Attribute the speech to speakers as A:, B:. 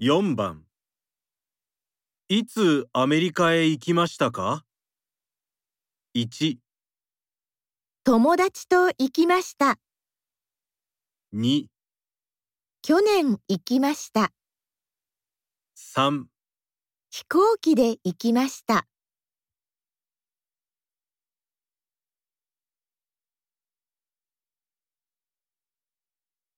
A: 4番いつアメリカへ行きましたか ?1、
B: 友達と行きました。
A: 2、
B: 去年行きました。
A: 3
B: 飛行機で行きました。